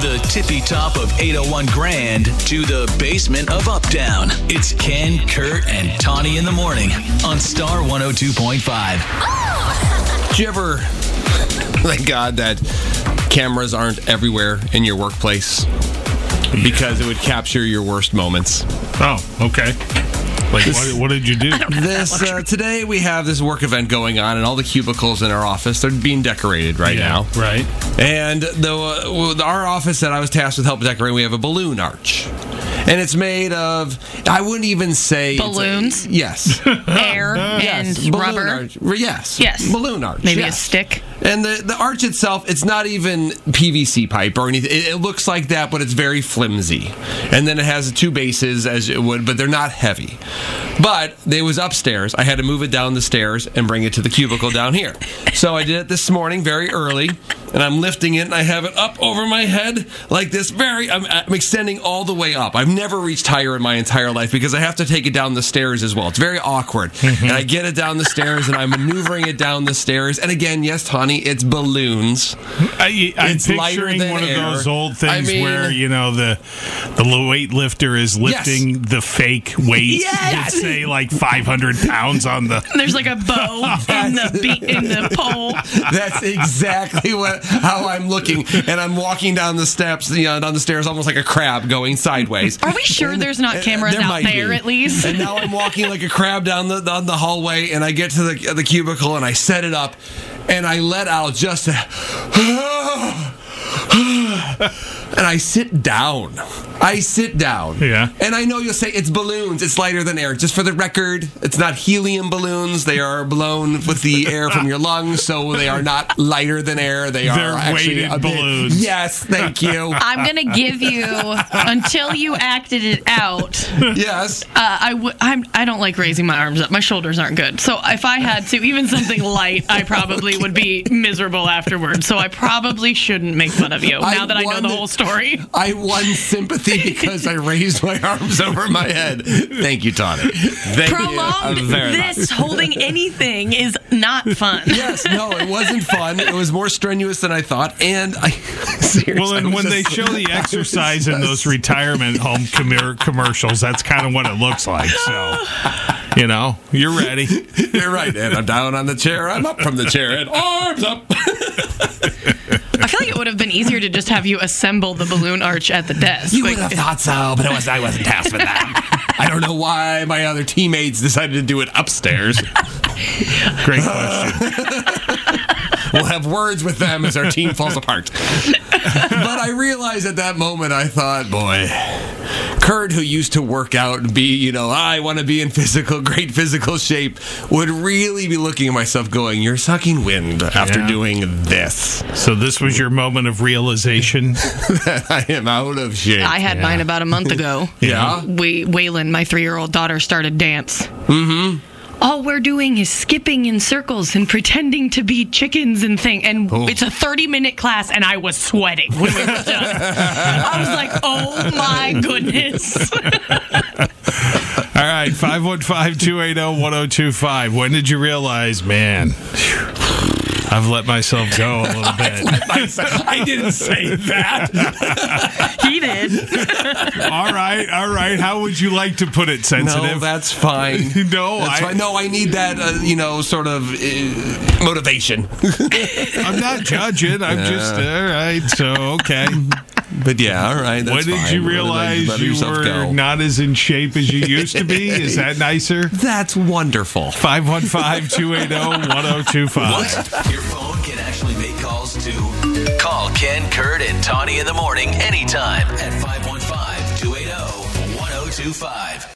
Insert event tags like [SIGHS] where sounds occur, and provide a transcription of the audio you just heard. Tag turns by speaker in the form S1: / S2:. S1: the tippy top of 801 Grand to the basement of Uptown. It's Ken, Kurt, and Tawny in the morning on Star 102.5. Did you ever?
S2: [LAUGHS] Thank God that cameras aren't everywhere in your workplace because it would capture your worst moments.
S3: Oh, okay. Like, what, what did you do?
S2: This uh, today we have this work event going on, and all the cubicles in our office they're being decorated right
S3: Yeah,
S2: now.
S3: Right.
S2: And the uh, well, the- our office that I was tasked with help decorating, we have a balloon arch, and it's made of I wouldn't even say it's a-
S4: Balloons?
S2: yes, [LAUGHS]
S4: Air and
S2: balloon
S4: rubber.
S2: arch. Yes,
S4: Yes.
S2: balloon arch.
S4: Maybe
S2: yes.
S4: a stick.
S2: And the, the arch itself, it's not even PVC pipe or anything. It, it looks like that, but it's very flimsy. And then it has two bases as it would, but they're not heavy. But it was upstairs. I had to move it down the stairs and bring it to the cubicle down here. So I did it this morning very early, and I'm lifting it and I have it up over my head like this. Very, I'm, I'm extending all the way up. I've never reached higher in my entire life because I have to take it down the stairs as well. It's very awkward. And I get it down the stairs and I'm maneuvering it down the stairs. And again, yes, honey, it's balloons.
S3: I, I'm
S2: It's lighter
S3: picturing
S2: than
S3: one
S2: air.
S3: of those old
S2: I
S3: things
S2: mean-
S3: where you know the the weightlifter is lifting the fake weight.
S2: [LAUGHS] Yes!
S3: Let's say like 500 pounds on the.
S4: There's like a
S2: [LAUGHS]
S4: bow in the [LAUGHS] be- in the pole.
S2: That's exactly what how I'm looking. And I'm walking down the steps, you know, down the stairs almost like a crab going sideways.
S4: Are we sure there's not cameras
S2: There
S4: out
S2: might
S4: there
S2: be.
S4: at least?
S2: And now I'm walking like a crab down the down the hallway, and I get to the the cubicle, and I set it up, and I let out just a, [SIGHS] and I sit down. I sit down.
S3: Yeah.
S2: And I know you'll say it's balloons. It's lighter than air. Just for the record, it's not helium balloons. They are blown with the air from your lungs, so they are not lighter than air. They are
S3: They're
S2: actually
S3: weighted
S2: a bit-
S3: balloons.
S2: yes, thank
S3: [LAUGHS]
S2: you.
S4: [LAUGHS] I'm gonna give you until you acted it out.
S2: yes.
S4: Uh, I w- I'm, I don't like raising my arms up. My shoulders aren't good. So if I had to, even something light, I probably would be miserable afterwards. So I probably shouldn't make fun of you
S2: I
S4: now that I know the
S2: won-
S4: whole
S2: [LAUGHS]
S4: story.
S2: I won sympathy [LAUGHS] because I raised my arms over my head. Thank you, Tony. Thank
S4: Prolonged
S2: you. very much.
S4: this holding anything is not
S2: [LAUGHS]
S4: fun.
S2: Yes, no, it wasn't fun. It was more strenuous than I thought. And I [LAUGHS] seriously,
S3: Well,
S2: I
S3: and
S2: was
S3: when they
S2: just-
S3: show
S2: [LAUGHS]
S3: the exercise in those retirement home commer commercials, that's kind of what it looks like. So,
S2: [LAUGHS]
S3: you know, you're ready.
S2: You're right, and I'm down on the chair. I'm up from the chair, and arms up.
S4: I feel like it would have been easier to just have you assemble the balloon arch at the desk.
S2: [LAUGHS] You
S4: Like,
S2: would have thought so, but it was, [LAUGHS] I wasn't tasked with that. I don't know why my other teammates decided to do it upstairs.
S3: Great question.
S2: we'll have words with them as our team falls apart. [LAUGHS] but I realized at that moment, I thought, boy, Kurt, who used to work out and be, you know, I want to be in physical, great physical shape, would really be looking at myself going, you're sucking wind after
S3: Yeah.
S2: doing this. [LAUGHS]
S3: So this was your moment of realization.
S2: I am out of shape.
S4: I had mine about a month ago.
S2: yeah.
S4: We Waylon, my three-year-old daughter, started dance. Mm-hmm. All we're doing is skipping in circles and pretending to be chickens and thing. And it's a thirty-minute class, and I was sweating when we were done. I was like, "Oh my goodness!"
S3: All right, oh, 515-280-1025. When did you realize, man, I've let myself go a
S2: [LAUGHS]
S3: little bit.
S2: I didn't say that.
S4: he did.
S3: all right, all right. How would you like to put it,
S2: No,
S3: sensitive?
S2: that's fine.
S3: [LAUGHS] No,
S2: That's
S3: I-
S2: fine. No, I need that, uh, you know, sort of uh, motivation. [LAUGHS]
S3: I'm not judging. I'm just all right. So okay.
S2: But yeah, all right.
S3: when
S2: That's
S3: did
S2: fine.
S3: you
S2: Let-
S3: realize
S2: let
S3: you
S2: yourself
S3: were
S2: go.
S3: not as in shape as you used to be? Is that
S2: [LAUGHS]
S3: nicer?
S2: That's wonderful.
S3: oh, 515-280-1025.
S1: Your phone can actually make calls too. Call Ken, Kurt, and oh Tawny in the morning anytime at 515 280 1025.